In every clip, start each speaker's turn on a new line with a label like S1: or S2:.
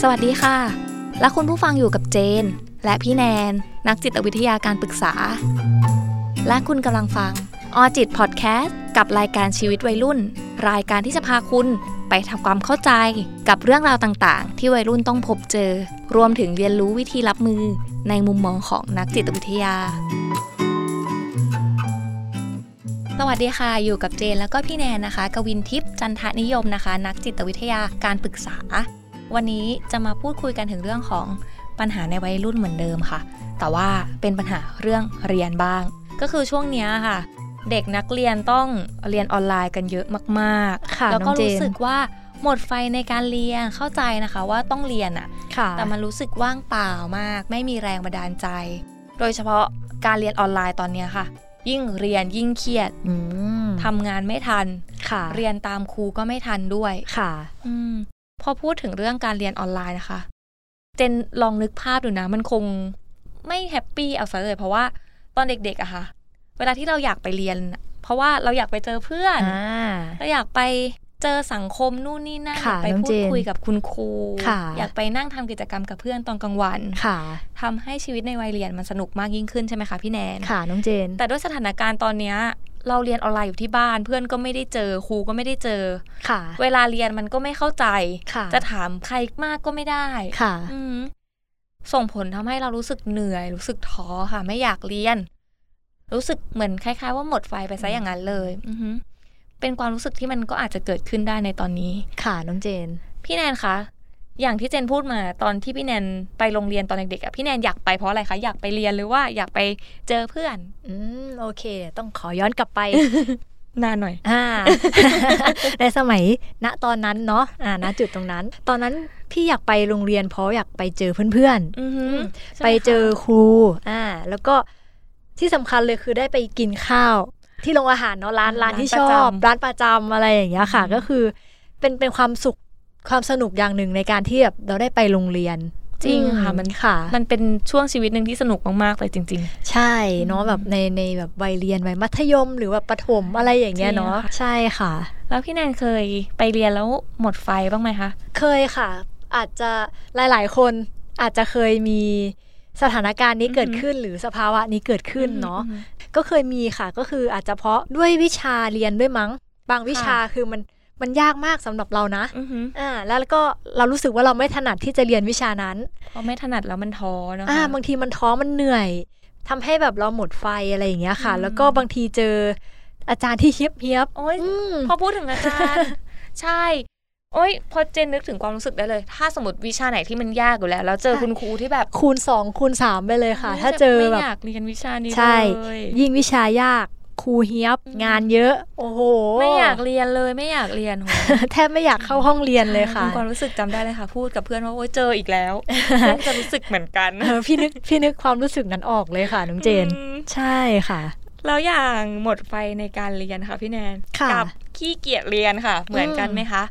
S1: สวัสดีค่ะ และคุณผู้ฟังอยู่กับเจน และพี่แนน นักจิตวิทยาการปรึกษา และคุณกำลังฟังออจิตพอดแคสต์กับรายการชีวิตวัยรุ่น รายการที่จะพาคุณไปทำความเข้าใจกับเรื่องราวต่างๆ ที่วัยรุ่นต้องพบเจอ รวมถึงเรียนรู้วิธีรับมือในมุมมองของนักจิตวิทยา สวัสดีค่ะ อยู่กับเจนแล้วก็พี่แนนนะคะ กวินทิพย์จันทนิยมนะคะ นักจิตวิทยาการปรึกษา วันนี้จะมาพูดคุยกันถึงเรื่องของปัญหาในวัยรุ่นเหมือนเดิมค่ะ แต่ว่าเป็นปัญหาเรื่องเรียนบ้าง ก็คือช่วงเนี้ยค่ะ เด็กนักเรียนต้องเรียนออนไลน์กันเยอะมาก
S2: ค่ะ
S1: ๆ แล้วก็
S2: น้องเจน
S1: รู้สึกว่าหมดไฟในการเรียนเข้าใจนะคะว่าต้องเรียนอ่ะ
S2: ค่ะ
S1: แต่มันรู้สึกว่างเปล่ามาก ไม่มีแรงบันดาลใจ โดยเฉพาะการเรียนออนไลน์ตอนเนี้ยค่ะ ยิ่งเรียนยิ่งเครียด
S2: อืม
S1: ทำงานไม่ทัน
S2: ค่ะ
S1: เรียนตามครูก็ไม่ทันด้วย
S2: ค่ะ
S1: อืมพอพูดถึงเรื่องการเรียนออนไลน์นะคะ เจนลองนึกภาพดูนะ มันคงไม่แฮปปี้เอาซะเลย เพราะว่าตอนเด็กๆอะค่ะ เวลาที่เราอยากไปเรียนอะเพราะว่าเราอยากไปเจอเพื่อน เราอยากไปเจอสังคมนู่นนี่นั่นอยา
S2: ค่ะ
S1: กไป
S2: น้
S1: พู
S2: องเจ
S1: ด
S2: น
S1: คุยกับคุณครู
S2: ค่ะ
S1: อยากไปนั่งทำกิจกรรมกับเพื่อนตอนกลางวัน
S2: ค่ะ
S1: ทำให้ชีวิตในวัยเรียนมันสนุกมากยิ่งขึ้นใช่ไหมคะพี่แนน
S2: ค่ะ น้องเจน
S1: แต่ด้วยสถานการณ์ตอนเนี้ยเราเรียนออนไลน์อยู่ที่บ้าน เพื่อนก็ไม่ได้เจอครูก็ไม่ได้เจอ
S2: ค่ะ
S1: เวลาเรียนมันก็ไม่เข้าใจ
S2: ค่ะ
S1: จะถามใครมากก็ไม่ได้
S2: ค่ะ
S1: อืมส่งผลทำให้เรารู้สึกเหนื่อย รู้สึกท้อค่ะ ไม่อยากเรียน รู้สึกเหมือนคล้าย ๆ ว่าหมดไฟไปซะอย่างนั้นเลย อือหือเป็นความรู้สึกที่มันก็อาจจะเกิดขึ้นได้ในตอนนี้
S2: ค่ะ น้องเจน
S1: พี่แนนคะ อย่างที่เจนพูดมาตอนที่พี่แนนไปโรงเรียนตอนเด็กๆอะพี่แนนอยากไปเพราะอะไรคะ อยากไปเรียนหรือว่าอยากไปเจอเพื่อน
S2: อืม โอเค ต้องขอย้อนกลับไป
S1: นานหน่อย
S2: อ่า ในสมัย ณ ตอนนั้นเนาะ อ่า ณ จุดตรงนั้น ตอนนั้นพี่อยากไปโรงเรียนเพราะอยากไปเจอเพื่อนๆ
S1: อือหือใช่หมคะ
S2: ไปเจอครู อ่า แล้วก็ที่สำคัญเลยคือได้ไปกินข้าว ที่โรงอาหารเนาะร้านร้านที่ชอบ ร้านประจำอะไรอย่างเงี้ยค่ะ ก็คือ เป็นเป็นความสุขความสนุกอย่างหนึ่งในการที่แบบเราได้ไปโรงเรียน
S1: จริงค่ะ
S2: อื
S1: มัน
S2: ค่ะ
S1: มันเป็นช่วงชีวิตหนึ่งที่สนุกมากๆเลยจริง
S2: ใช่เนาะแบบในในแบบวัยเรียนวัยมัธยม หรือแบบประถมอะไรอย่างเงี้ยเนาะ
S1: จริงค่ะ
S2: ใช่ค่ะ
S1: ๆ แล้วพี่แนนเคยไปเรียนแล้วหมดไฟบ้างไหมคะ
S2: เคยค่ะ อาจจะหลาย ๆ คนอาจจะเคยมีสถานการณ์นี้เกิด
S1: อือหือ
S2: ขึ้น หรือสภาวะนี้เกิดขึ้นเนาะ
S1: อืม
S2: ก็เคยมีค่ะก็คืออาจจะเพราะด้วยวิชาเรียนด้วยมั้ง บางวิชาคือมันมันยากมากสำหรับเรานะ
S1: อือหือ
S2: อ่าแล้วก็เรารู้สึกว่าเราไม่ถนัดที่จะเรียนวิชานั้น
S1: เพราะไม่ถนัดแล้วมันท้อเนาะ
S2: อ่า
S1: คะ
S2: บางทีมันท้อมันเหนื่อยทำให้แบบเราหมดไฟอะไรอย่างเงี้ยค่ะ
S1: อืม
S2: แล้วก็บางทีเจออาจารย์ที่เฮียบเฮียบ
S1: โอ้ย
S2: อืม
S1: พอพูดถึงอาจารย์ ใช่ โอ้ยพอเจนนึกถึงความรู้สึกได้เลย ถ้าสมมติวิชาไหนที่มันยากอยู่แล้ว แล้วเจอ
S2: ใช่
S1: คุณครูที่แบบ
S2: คูณสองคูณสามไปเลยค่ะ
S1: ย
S2: ถ้าเจอ
S1: ไม่
S2: แบบ
S1: อยากเรียนวิชานี้
S2: ใช่
S1: เลย
S2: ยิ่งวิชายากครูเฮียบ
S1: อืม
S2: งานเยอะ โอ้โห
S1: ไม่อยากเรียนเลยไม่อยากเรียนโห
S2: แทบไม่อยากเข้าห้องเรียนเลยค่ะ
S1: ป็ความรู้สึกจำได้เลยค่ะ พูดกับเพื่อนว่าโอ้ยเจออีก แล้วเพื่อนจะรู้สึกเหมือนกัน
S2: เออพี่นึกพี่นึกความรู้สึกนั้นออกเลยค่ะน้องเจน
S1: อืม
S2: ใช่ค่ะ
S1: แล้วอย่างหมดไฟในการเรียนค่ะพี่แนน
S2: ค่ะ
S1: กัขี้เกียจเรียนค่ะ เหมือนกันไหมคะ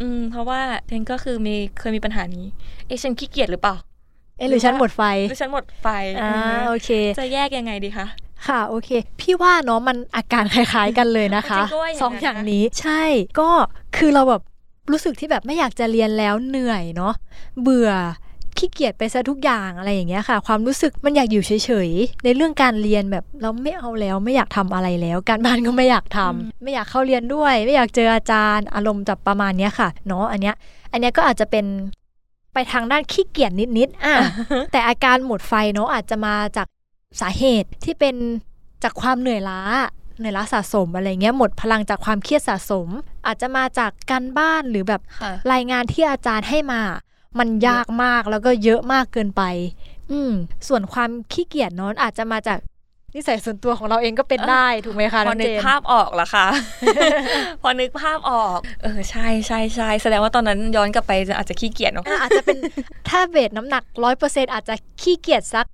S1: อืม เพราะว่าเจนก็คือมีเคยมีปัญหานี้ เอ๊ะฉันขี้เกียจหรือเปล่า
S2: เอะหรือฉันหมดไฟ
S1: ดิฉันหมดไฟ
S2: อ่าโอเค
S1: จะแยกยังไงดีคะ
S2: ค่ะโอเค พี่ว่าเนาะมันอาการคล้ายๆกันเลยนะคะ
S1: จริงก็ว่าอย่างนั้น
S2: สองอย่างนี้ใช่ก็คือเราแบบรู้สึกที่แบบไม่อยากจะเรียนแล้วเหนื่อยเนาะเบื่อขี้เกียจไปซะทุกอย่างอะไรอย่างเงี้ยค่ะ ความรู้สึกมันอยากอยู่เฉยๆในเรื่องการเรียนแบบเราไม่เอาแล้วไม่อยากทำอะไรแล้ว การบ้านก็ไม่อยากทำไม่อยากเข้าเรียนด้วย ไม่อยากเจออาจารย์ อารมณ์จับประมาณเนี้ยค่ะเนาะอันเนี้ยอันเนี้ยก็อาจจะเป็นไปทางด้านขี้เกียจนิดๆอ่ะ แต่อาการหมดไฟเนาะอาจจะมาจากสาเหตุที่เป็นจากความเหนื่อยล้าเหนื่อยล้าสะสมอะไรเงี้ยหมดพลังจากความเครียดสะสม อาจจะมาจากการบ้านหรือแบบ
S1: ค่ะ
S2: รายงานที่อาจารย์ให้มา มันยากมากแล้วก็เยอะมากเกินไป อืมส่วนความขี้เกียจเนาะอาจจะมาจากนิสัยส่วนตัวของเราเองก็เป็นได้ถูกไหมคะ
S1: พอ
S2: อง
S1: นึ
S2: เจ
S1: กภาพออกละ ค่ะ พอนึกภาพออก เออ ใช่ใช่ใช่แสดงว่าตอนนั้นย้อนกลับไปอาจจะขี้เกียจเนาะ
S2: อ่ะอาจจะเป็นถ้าเวทน้ำหนักร้อยเปอร์เซ็นอาจจะขี้เกียจสัก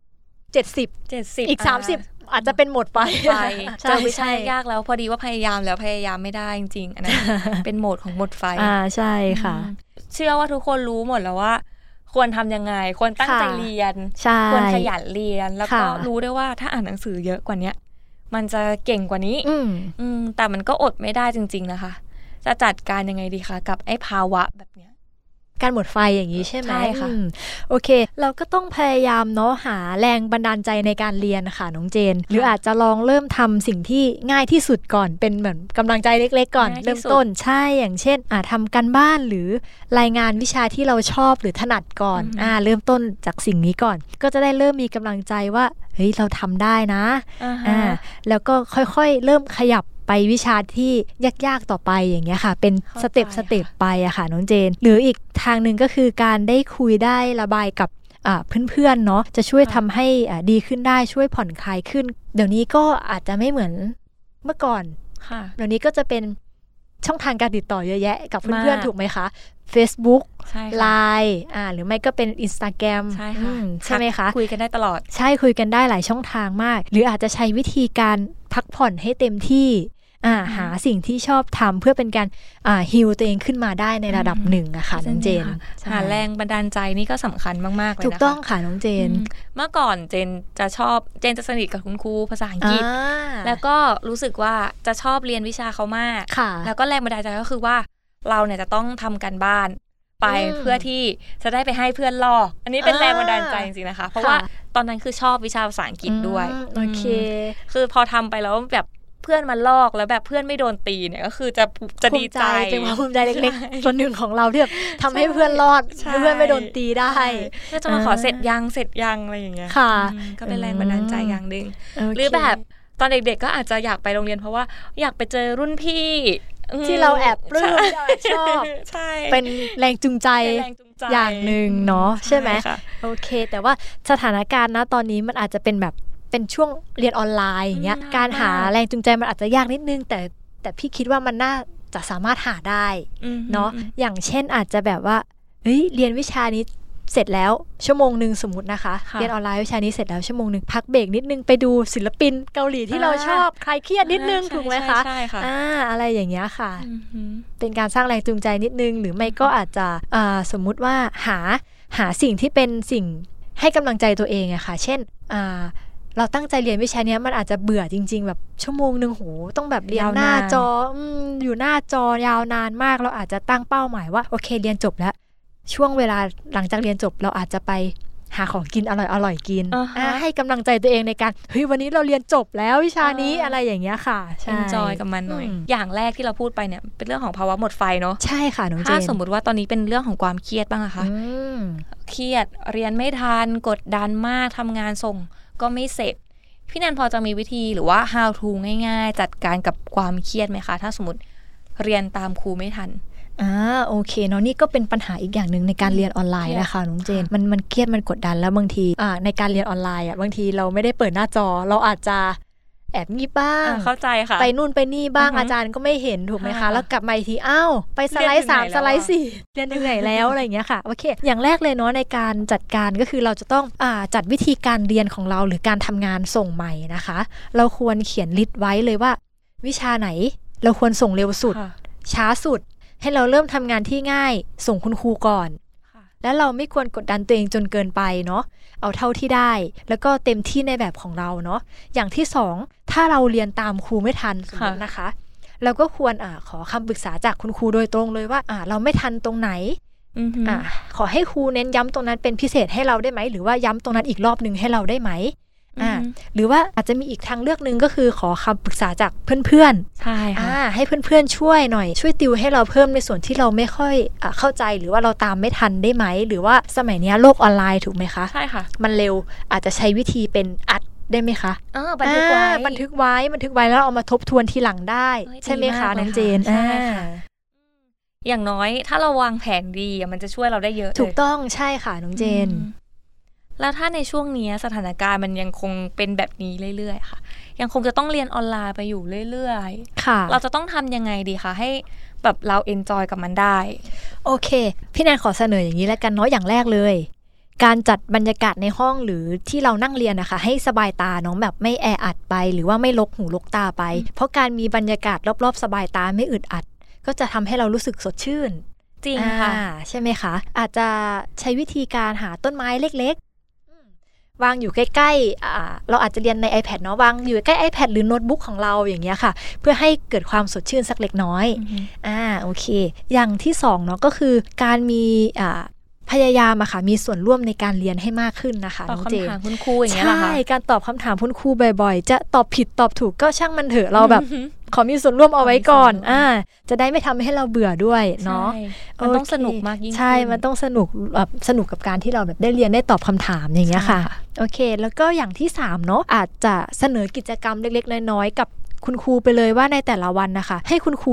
S2: เจ็ดสิบ
S1: เจ็ดสิบ
S2: อีกสามสิบอาจจะเป็นหมดไป
S1: ไป เจ
S2: ใช่
S1: อวิชา
S2: ใช่
S1: ยากแล้ว พอดีว่าพยายามแล้วพยายามไม่ได้จริงๆอันนั้น เป็นโหมดของหมดไฟ
S2: อ่าใช่ค่ะ
S1: อืมเชื่อว่าทุกคนรู้หมดแล้วว่า ควรทำยังไง ควรตั้งใจ
S2: ค่ะ
S1: เรียน
S2: ใช่
S1: ควรขยันเรียน แล้วก็
S2: ค่ะ
S1: รู้ด้วยว่าถ้าอ่านหนังสือเยอะกว่าเนี้ยมันจะเก่งกว่านี้
S2: อืม
S1: อืมแต่มันก็อดไม่ได้จริง ๆ นะคะ จะจัดการยังไงดีคะ กับไอ้ภาวะแบบเนี้ย
S2: การหมดไฟอย่างนี้ใช่ไหม
S1: ใช่ค่ะ
S2: อืมโอเค เราก็ต้องพยายามเนาะหาแรงบันดาลใจในการเรียนค่ะน้องเจน หรืออาจจะลองเริ่มทำสิ่งที่ง่ายที่สุดก่อนเป็นเหมือนกำลังใจเล็ก ๆ ก่อน
S1: ง่ายที่
S2: เริ่ม
S1: สุด
S2: ต้นใช่อย่างเช่นอาจทำการบ้านหรือรายงานวิชาที่เราชอบหรือถนัดก่อนอ่าเริ่มต้นจากสิ่งนี้ก่อน ก็จะได้เริ่มมีกำลังใจว่าเฮ้ยเราทำได้นะ อ่าแล้วก็ค่อยๆ เริ่มขยับไปวิชาที่ยากๆต่อไปอย่างเงี้ยค่ะ เป็นส
S1: เข้าใจ
S2: เต็ป
S1: ค่ะ
S2: สเต็ปไปอะค่ะน้องเจน หรืออีกทางหนึ่งก็คือการได้คุยได้ระบายกับอ่าเพื่อนๆเนาะจะช่วยทำให้อ่าดีขึ้นได้ช่วยผ่อนคลายขึ้น เดี๋ยวนี้ก็อาจจะไม่เหมือนเมื่อก่อน
S1: ค่ะ
S2: เดี๋ยวนี้ก็จะเป็นช่องทางการติดต่อเยอะแยะกับเพื่อน
S1: มาก
S2: ๆถูกไหมคะ Facebook
S1: ใช่ค่ะ
S2: Line อ่าหรือไม่ก็เป็น Instagram
S1: ใช่
S2: อื
S1: ค่ะ
S2: มใช่ไหมคะ
S1: คุยกันได้ตลอด
S2: ใช่คุยกันได้หลายช่องทางมาก หรืออาจจะใช้วิธีการพักผ่อนให้เต็มที่อ่า
S1: อืม
S2: หาสิ่งที่ชอบทำเพื่อเป็นการอ่าฮิลตัวเองขึ้นมาได้ในระดับ
S1: อืม
S2: หนึ่งอะค่ะน้องเจน
S1: ใช่ค่ะหาแรงบันดาลใจนี่ก็สำคัญมากๆเลยนะคะ
S2: ถูกต้องค่ะน้องเจ
S1: อื
S2: น
S1: มเมื่อก่อนเจนจะชอบ เจนจะสนิทกับคุณครูภาษาอังกฤษ
S2: อ่า
S1: แล้วก็รู้สึกว่าจะชอบเรียนวิชาเขามาก
S2: ค่ะ
S1: แล้วก็แรงบันดาลใจก็คือว่าเราเนี่ยจะต้องทำกันบ้านไป
S2: อืม
S1: เพื่อที่จะได้ไปให้เพื่อนลอก อันนี้เป็น
S2: อ่า
S1: แรงบันดาลใจจริงๆนะคะ เพราะว่า
S2: ค่ะ
S1: ตอนนั้นคือชอบวิชาภาษาอังกฤษด้วย
S2: อืมโอเค
S1: อืมคือพอทำไปแล้วแบบเพื่อนมาลอกแล้วแบบเพื่อนไม่โดนตีเนี่ยก็คือจะจะดีใจ
S2: ภูมิเป็นความภูมิใจเล็กๆส่วนหนึ่งของเราที่แบบทำให้เพื่อนรอด
S1: ใช่
S2: ให้เพื่อนไม่โดนตีได้
S1: เพื่อนจะมาขอเสร็จยังเสร็จยังอะไรอย่างเงี้ย
S2: ค่ะ
S1: อืมก็เป็นแรงบันดาลใจอย่างหนึ่ง
S2: โเค
S1: หรือแบบตอนเด็กๆก็อาจจะอยากไปโรงเรียนเพราะว่าอยากไปเจอรุ่นพี่อืม
S2: ที่เราแอบปลื้มที่เราแอบชอบ
S1: ใช่
S2: เป็นแรงจูงใจ
S1: เป็นแรงจูงใจ
S2: อย่างหนึ่งเนอะใช่ไหม
S1: ค่ะ
S2: โอเค แต่ว่าสถานการณ์นะตอนนี้มันอาจจะเป็นแบบเป็นช่วงเรียนออนไลน์อย่างเงี้ย
S1: อืม
S2: การหา
S1: ค่ะ
S2: แรงจูงใจมันอาจจะยากนิดนึง แต่แต่พี่คิดว่ามันน่าจะสามารถหาได้
S1: อืม
S2: เนาะ
S1: อืม
S2: อย่างเช่นอาจจะแบบว่าเฮ้ยเรียนวิชานี้เสร็จแล้วชั่วโมงหนึ่งสมมตินะคะ
S1: ะ
S2: เรียนออนไลน์วิชานี้เสร็จแล้วชั่วโมงหนึ่งพักเบรกนิดนึงไปดูศิลปินเกาหลีที่เรา
S1: อ่า
S2: ชอบคลายเครียดนิดนึง
S1: ใช่
S2: ถูกไหมคะ
S1: ใช่ใช่ค่ะ
S2: อ่าอะไรอย่างเงี้ยค่ะ
S1: อืมอืม
S2: เป็นการสร้างแรงจูงใจนิดนึง หรือไม่ก็อาจจะเอ่อสมมุติว่าหาหาสิ่งที่เป็นสิ่งให้กำลังใจตัวเองอะค่ะ เช่นอ่าเราตั้งใจเรียนวิชาเนี้ยมันอาจจะเบื่อจริง ๆ แบบชั่วโมงหนึ่งโหต้องแบบเรียน
S1: ยาว
S2: หน้า
S1: า
S2: น
S1: น
S2: จออืมอยู่หน้าจอยาวนานมากเราอาจจะตั้งเป้าหมายว่าโอเคเรียนจบแล้ว ช่วงเวลาหลังจากเรียนจบเราอาจจะไปหาของกินอร่อยอร่อยๆกิน
S1: อ่าฮะ
S2: อ่าให้กำลังใจตัวเองในการเฮ้ยวันนี้เราเรียนจบแล้ววิชานี้อะไรอย่างเงี้ยค่ะใช่
S1: enjoy กับมันหน่อย
S2: อืม
S1: อย่างแรกที่เราพูดไปเนี่ยเป็นเรื่องของภาวะหมดไฟเนาะ
S2: ใช่ค่ะน้องเจน
S1: ถ้าสมมติว่าตอนนี้เป็นเรื่องของความเครียดบ้างอะคะ
S2: อืม
S1: เครียดเรียนไม่ทันกดดันมากทำงานส่งก็ไม่เสร็จ พี่แนนพอจะมีวิธีหรือว่า how to ง่ายๆ จัดการกับความเครียดไหมคะ ถ้าสมมติเรียนตามครูไม่ทัน
S2: อ่าโอเคเนาะนี่ก็เป็นปัญหาอีกอย่างหนึ่งในการเรียนออนไล
S1: เค
S2: น์
S1: รียด
S2: นะคะน้องเจนมันมันเครียดมันกดดันแล้วบางทีอ่าในการเรียนออนไลน์อ่ะบางทีเราไม่ได้เปิดหน้าจอ เราอาจจะแอบงีบบ้าง
S1: ะเข้าใจค่ะ
S2: ไปนู่นไปนี่บ้าง
S1: อือฮึ
S2: อาจารย์ก็ไม่เห็นถูกไหมคะ
S1: ค่ะ
S2: แล้วกลับมาอีกทีอ้าวไปสไลด์สาม
S1: เรียนถึงไหนแล้วอะ
S2: สไลด์สี่เรียนถึงไหนแล้วอะไรอย่างเงี้ยค่ะโอเค อย่างแรกเลยเนาะในการจัดการก็คือเราจะต้องอ่าจัดวิธีการเรียนของเราหรือการทำงานส่งใหม่นะคะ เราควรเขียนลิสต์ไว้เลยว่า วิชาไหนเราควรส่งเร็วสุด
S1: ค่ะ
S2: ช้าสุด ให้เราเริ่มทำงานที่ง่าย ส่งคุณครูก่อน
S1: ค่ะ
S2: และเราไม่ควรกดดันตัวเองจนเกินไปเนาะ เอาเท่าที่ได้ แล้วก็เต็มที่ในแบบของเราเนาะ อย่างที่สองถ้าเราเรียนตามครูไม่ทันสมมติ
S1: ค่ะ
S2: นะคะ เราก็ควรอาขอคำปรึกษาจากคุณครูโดยตรงเลยว่าอ่าเราไม่ทันตรงไหน
S1: อือหืออ
S2: อ่าขอให้ครูเน้นย้ำตรงนั้นเป็นพิเศษให้เราได้ไหม หรือว่าย้ำตรงนั้นอีกรอบหนึ่งให้เราได้ไหม
S1: อื
S2: อ่า
S1: อหือ
S2: หรือว่าอาจจะมีอีกทางเลือกหนึ่งก็คือขอคำปรึกษาจากเพื่อนๆ
S1: ใช่ค่ะ
S2: อ่าให้เพื่อนๆช่วยหน่อย ช่วยติวให้เราเพิ่มในส่วนที่เราไม่ค่อยอะเข้าใจหรือว่าเราตามไม่ทันได้ไหม หรือว่าสมัยเนี้ยโลกออนไลน์ถูกไหมคะ
S1: ใช่ค่ะ
S2: มันเร็วอาจจะใช้วิธีเป็นอัดได้ไหมคะ
S1: เออบันทึกไว้
S2: อ่าบันทึกไว้บันทึกไว้แล้วเอามาทบทวนทีหลังได้
S1: เอ้ย
S2: ใช่ไหม
S1: ดี
S2: คะ
S1: มากเลย
S2: น้องเจน
S1: ค่ะใช่
S2: อ่า
S1: ค่ะ อย่างน้อยถ้าเราวางแผนดีอะมันจะช่วยเราได้เยอะเลย
S2: ถูกต้องใช่ค่ะน้องเจน
S1: อืมแล้วถ้าในช่วงเนี้ยสถานการณ์มันยังคงเป็นแบบนี้เรื่อยๆค่ะ ยังคงจะต้องเรียนออนไลน์ไปอยู่เรื่อยๆ
S2: ค่ะ
S1: เราจะต้องทำยังไงดีคะให้แบบเราเอนจอยกับมันได้
S2: โอเค พี่แนนขอเสนออย่างนี้แล้วกันเนาะอย่างแรกเลย การจัดบรรยากาศในห้องหรือที่เรานั่งเรียนนะคะ ให้สบายตาเน้องแบบไม่แออัดไป หรือว่าไม่ลกหูลกตาไป เพราะการมีบรรยากาศรอบๆ สบายตาไม่อึดอัด ก็จะทำให้เรารู้สึกสดชื่น
S1: จริงค่ะ
S2: อ่าใช่ไหมคะ อาจจะใช้วิธีการหาต้นไม้เล็กๆอืม วางอยู่ใกล้ๆอ่าเราอาจจะเรียนใน iPad เนาะวางอยู่ใกล้ iPad หรือโน้ตบุ๊กของเราอย่างเงี้ยค่ะ เพื่อให้เกิดความสดชื่นสักเล็กน้อย อ่าโอเค อย่างที่สองเนาะก็คือการมีอ่าพยายามอะค่ะมีส่วนร่วมในการเรียนให้มากขึ้นนะคะ
S1: ตอบ
S2: น้องเจ
S1: คำ
S2: น
S1: ถามคุณครูอย่างเงี้ยเหรอคะ
S2: ใช่การตอบคำถามคุณครูบ่อยๆ จะตอบผิดตอบถูกก็ช่างมันเถอะเรา แบบ ขอมีส่วนร่วมเอาไว้ก่อนอ่าจะได้ไม่ทำให้เราเบื่อด้วยเนาะ
S1: ใช่มันต้อง
S2: โเค
S1: สนุกมากยิ่ง
S2: ใช่
S1: ขึ้
S2: มันต้องสนุกแบบสนุกกับการที่เราแบบได้เรียนได้ตอบคำถามอย่างเงี้ยค่ะ
S1: ใช่ค่ะ
S2: โอเค แล้วก็อย่างที่3เนาะอาจจะเสนอกิจกรรมเล็กๆ น้อยๆ กับคุณครูไปเลยว่าในแต่ละวันนะคะ ให้คุณครู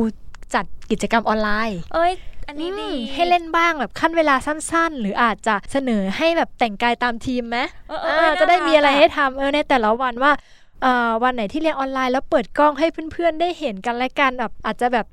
S2: จัดกิจกรรมออนไลน์
S1: เอ้ย อันนี้
S2: อื
S1: ดี
S2: มให้เล่นบ้างแบบขั้นเวลาสั้นๆ หรืออาจจะเสนอให้แบบแต่งกายตามทีมไหม
S1: เออเออ
S2: อ่า
S1: เออ
S2: จะได้
S1: น่า
S2: มีอะไร
S1: ก
S2: ให้ทำเออในแต่ละวันว่าเอ่อวันไหนที่เรียนออนไลน์แล้วเปิดกล้องให้เพื่อนๆ ได้เห็นกันและกันแบบอาจจะแบบ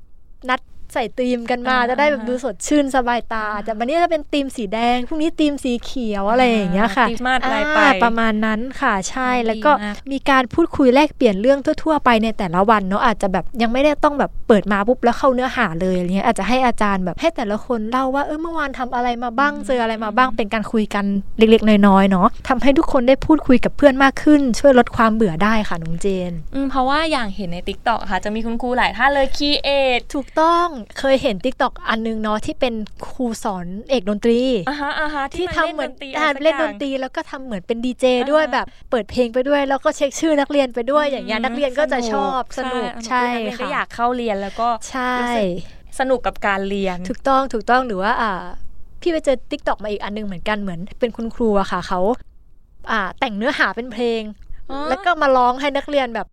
S2: นัดใส่ธีมกันมา จะได้แบบดูสดชื่นสบายตาอาจจะวันนี้จะเป็นธีมสีแดงพรุ่งนี้ธีมสีเขียวอะไรอย่างเงี้ยค่ะ
S1: ติดมาดอะไรไป
S2: อ่าประมาณนั้นค่ะใช่
S1: อืม
S2: แล้วก็
S1: ดีมาก
S2: มีการพูดคุยแลกเปลี่ยนเรื่องทั่วๆ ไปในแต่ละวันเนาะอาจจะแบบยังไม่ได้ต้องแบบเปิดมาปุ๊บแล้วเข้าเนื้อหาเลยอะไรเงี้ยอาจจะให้อาจารย์แบบให้แต่ละคนเล่าว่าเออเมื่อวานทำอะไรมาบ้างเจออะไรมาบ้าง เป็นการคุยกันเล็กๆ น้อยๆเนาะทำให้ทุกคนได้พูดคุยกับเพื่อนมากขึ้น ช่วยลดความเบื่อได้ค่ะน้องเจน
S1: อืมเพราะว่าอย่างเห็นในติ๊กต็อกค่ะ จะมีคุณครูหลายท่านเลยคีเอท
S2: ถูกต้องเคยเห็น t ิ k t o k อันนึงเนาะที่เป็นครูสอนเอกดนตรี
S1: อ่าฮะอ่าฮะ
S2: ที่
S1: ที่
S2: ทำเหมือน
S1: อ่า
S2: อ่าเล่นดนตรีแล้วก็ทำเหมือนเป็นดีเจด้วยแบบเปิดเพลงไปด้วย แล้วก็เช็คชื่อนักเรียนไปด้วยอย่างเงี้ยนักเรียนก็จะชอบสนุกใช่
S1: นักเรียนก็
S2: ค่ะ
S1: อยากเข้าเรียนแล้วก็
S2: ใช่
S1: สนุกกับการเรียน
S2: ถูกต้องถูกต้องหรือว่าอ่าพี่ไปเจอติ๊กต็อกมาอีกอันหนึงเหมือนกันเหมือนเป็นคุณครูอะค่ะเขาอ่าแต่งเนื้อหาเป็นเพลง
S1: อ๋อ
S2: แล้วก็มาร้องให้นักเรียนแบบ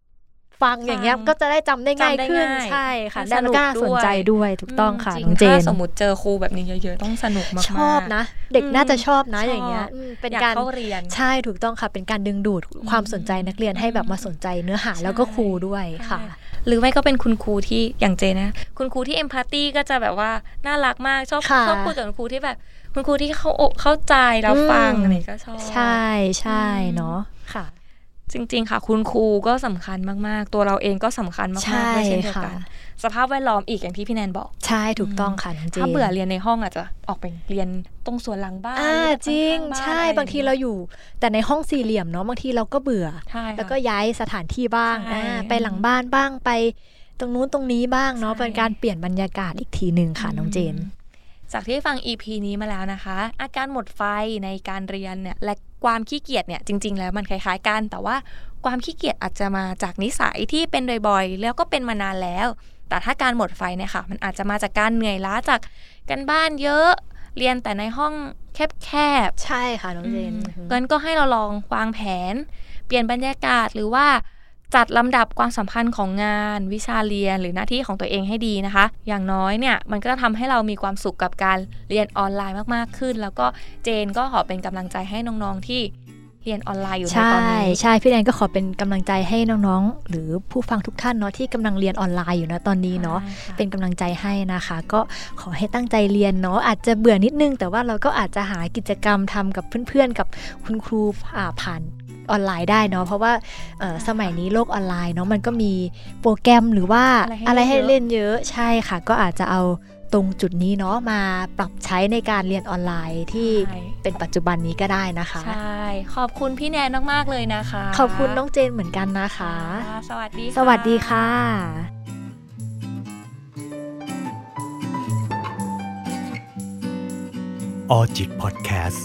S2: ฟังอย่างเงี้ย
S1: ฟัง
S2: ก็จะได้จำได้ง่าย
S1: จำได้
S2: ขึ้น
S1: ง่าย
S2: ใช่ค่ะ
S1: ส
S2: ได้
S1: นุ
S2: แล้ว
S1: ก
S2: ก็น่าสนใจ
S1: ด้
S2: ด้ว
S1: วย ย
S2: ถูกต้องค่ะ
S1: จริ
S2: น้องเจ
S1: ถ้าน สมมติเจอครูแบบนี้เยอะๆ ต้องสนุกมากๆ
S2: ชอบนะ เด็กน่าจะชอบนะ
S1: ช
S2: อย่างเงี้ยอืมเป็น
S1: อย
S2: การ
S1: เข้าเรียน
S2: ใช่ถูกต้องค่ะ เป็นการดึงดูดความสนใจนักเรียนให้แบบมาสนใจเนื้อหาแล้วก็ครูด้วยค่ะ
S1: ใช่ หรือไม่ก็เป็นคุณครูที่อย่างเจนะ คุณครูที่เอมพัตตีก็จะแบบว่าน่ารักมากชอบ
S2: ค่ะ
S1: ชอบคุยกับคุณครูที่แบบ คุณครูที่เข้าอกเข้าใจแล้วฟัง
S2: อืม
S1: อะไรก็ชอบ
S2: ใช่ใช่
S1: อืม
S2: เนาะค่ะ
S1: จริง ๆ ค่ะ คุณครูก็สำคัญมากๆ ตัวเราเองก็สำคัญมาก
S2: ใช่
S1: ๆด้วยเช่นเดียวกัน
S2: ค่ะ
S1: สภาพแวดล้อมอีกอย่างที่พี่แนนบอก
S2: ใช่ถูกต้องค่ะน้องเจน
S1: ถ้าเบื่อเรียนในห้องอาจจะออกไปเรียนตรงสวนหลังบ้าน
S2: อ่า
S1: หอแบบ
S2: จริง
S1: ข้ๆ
S2: ใช่
S1: นอะไ
S2: บางทีเราอยู่แต่ในห้องสี่เหลี่ยมเนาะบางทีเราก็เบื่อ
S1: ใช่ค่ะ
S2: แล้วก็ย้ายสถานที่บ้าง
S1: ใช่
S2: อ่าไปหลังบ้านบ้างไปตรงนู้นตรงนี้บ้างเนาะ
S1: ใช่
S2: เป็นการเปลี่ยนบรรยากาศอีกทีหนึ่งค่ะน้องเจน
S1: จากที่ฟัง EP นี้มาแล้วนะคะ อาการหมดไฟในการเรียนเนี่ยและความขี้เกียจเนี่ยจริง ๆ แล้วมันคล้าย ๆ กัน แต่ว่าความขี้เกียจอาจจะมาจากนิสัยที่เป็นบ่อยๆ แล้วก็เป็นมานานแล้ว แต่ถ้าการหมดไฟเนี่ยค่ะ มันอาจจะมาจากการเหนื่อยล้าจากกันบ้านเยอะ เรียนแต่ในห้องแคบๆ
S2: ใช่ค่ะน้องเจนอืม
S1: งั้นก็ให้เราลองวางแผน เปลี่ยนบรรยากาศหรือว่าจัดลำดับความสำคัญของงาน วิชาเรียนหรือหน้าที่ของตัวเองให้ดีนะคะ อย่างน้อยเนี่ยมันก็จะทำให้เรามีความสุขกับการเรียนออนไลน์มาก ๆ ขึ้น แล้วก็เจนก็ขอเป็นกำลังใจให้น้อง ๆ ที่เรียนออนไลน์อยู่ใน
S2: ใช่
S1: ตอนนี้
S2: ใช่พี่แดนก็ขอเป็นกำลังใจให้น้องๆ หรือผู้ฟังทุกท่านเนาะที่กำลังเรียนออนไลน์อยู่นะตอนนี้เนาะ
S1: ใช่ค่ะ
S2: เป็นกำลังใจให้นะคะ ก็ขอให้ตั้งใจเรียนเนาะอาจจะเบื่อนิดนึง แต่ว่าเราก็อาจจะหากิจกรรมทำกับเพื่อนๆ กับคุณครูอ่าผ่านออนไลน์ได้เนาะเพราะว่าเอ่อสมัยนี้โลกออนไลน์เนาะมันก็มีโปรแกรมหรือว่า
S1: อะ
S2: อะไร
S1: ไรให้
S2: ให้
S1: เล่
S2: เล่น
S1: น
S2: เย
S1: เย
S2: อะ
S1: อะ
S2: ใช่ค่ะ ก็อาจจะเอาตรงจุดนี้เนาะมาปรับใช้ในการเรียนออนไลน์ที่
S1: ใช่
S2: เป็นปัจจุบันนี้ก็ได้นะคะ
S1: ใช่ขอบคุณพี่แนนมาก ๆ เลยนะคะ
S2: ขอบคุณน้องเจนเหมือนกันนะคะ
S1: ค่ะสวัสดีค่ะ
S2: สวัสดีค่ะ
S3: ออจิตพอดแคสต์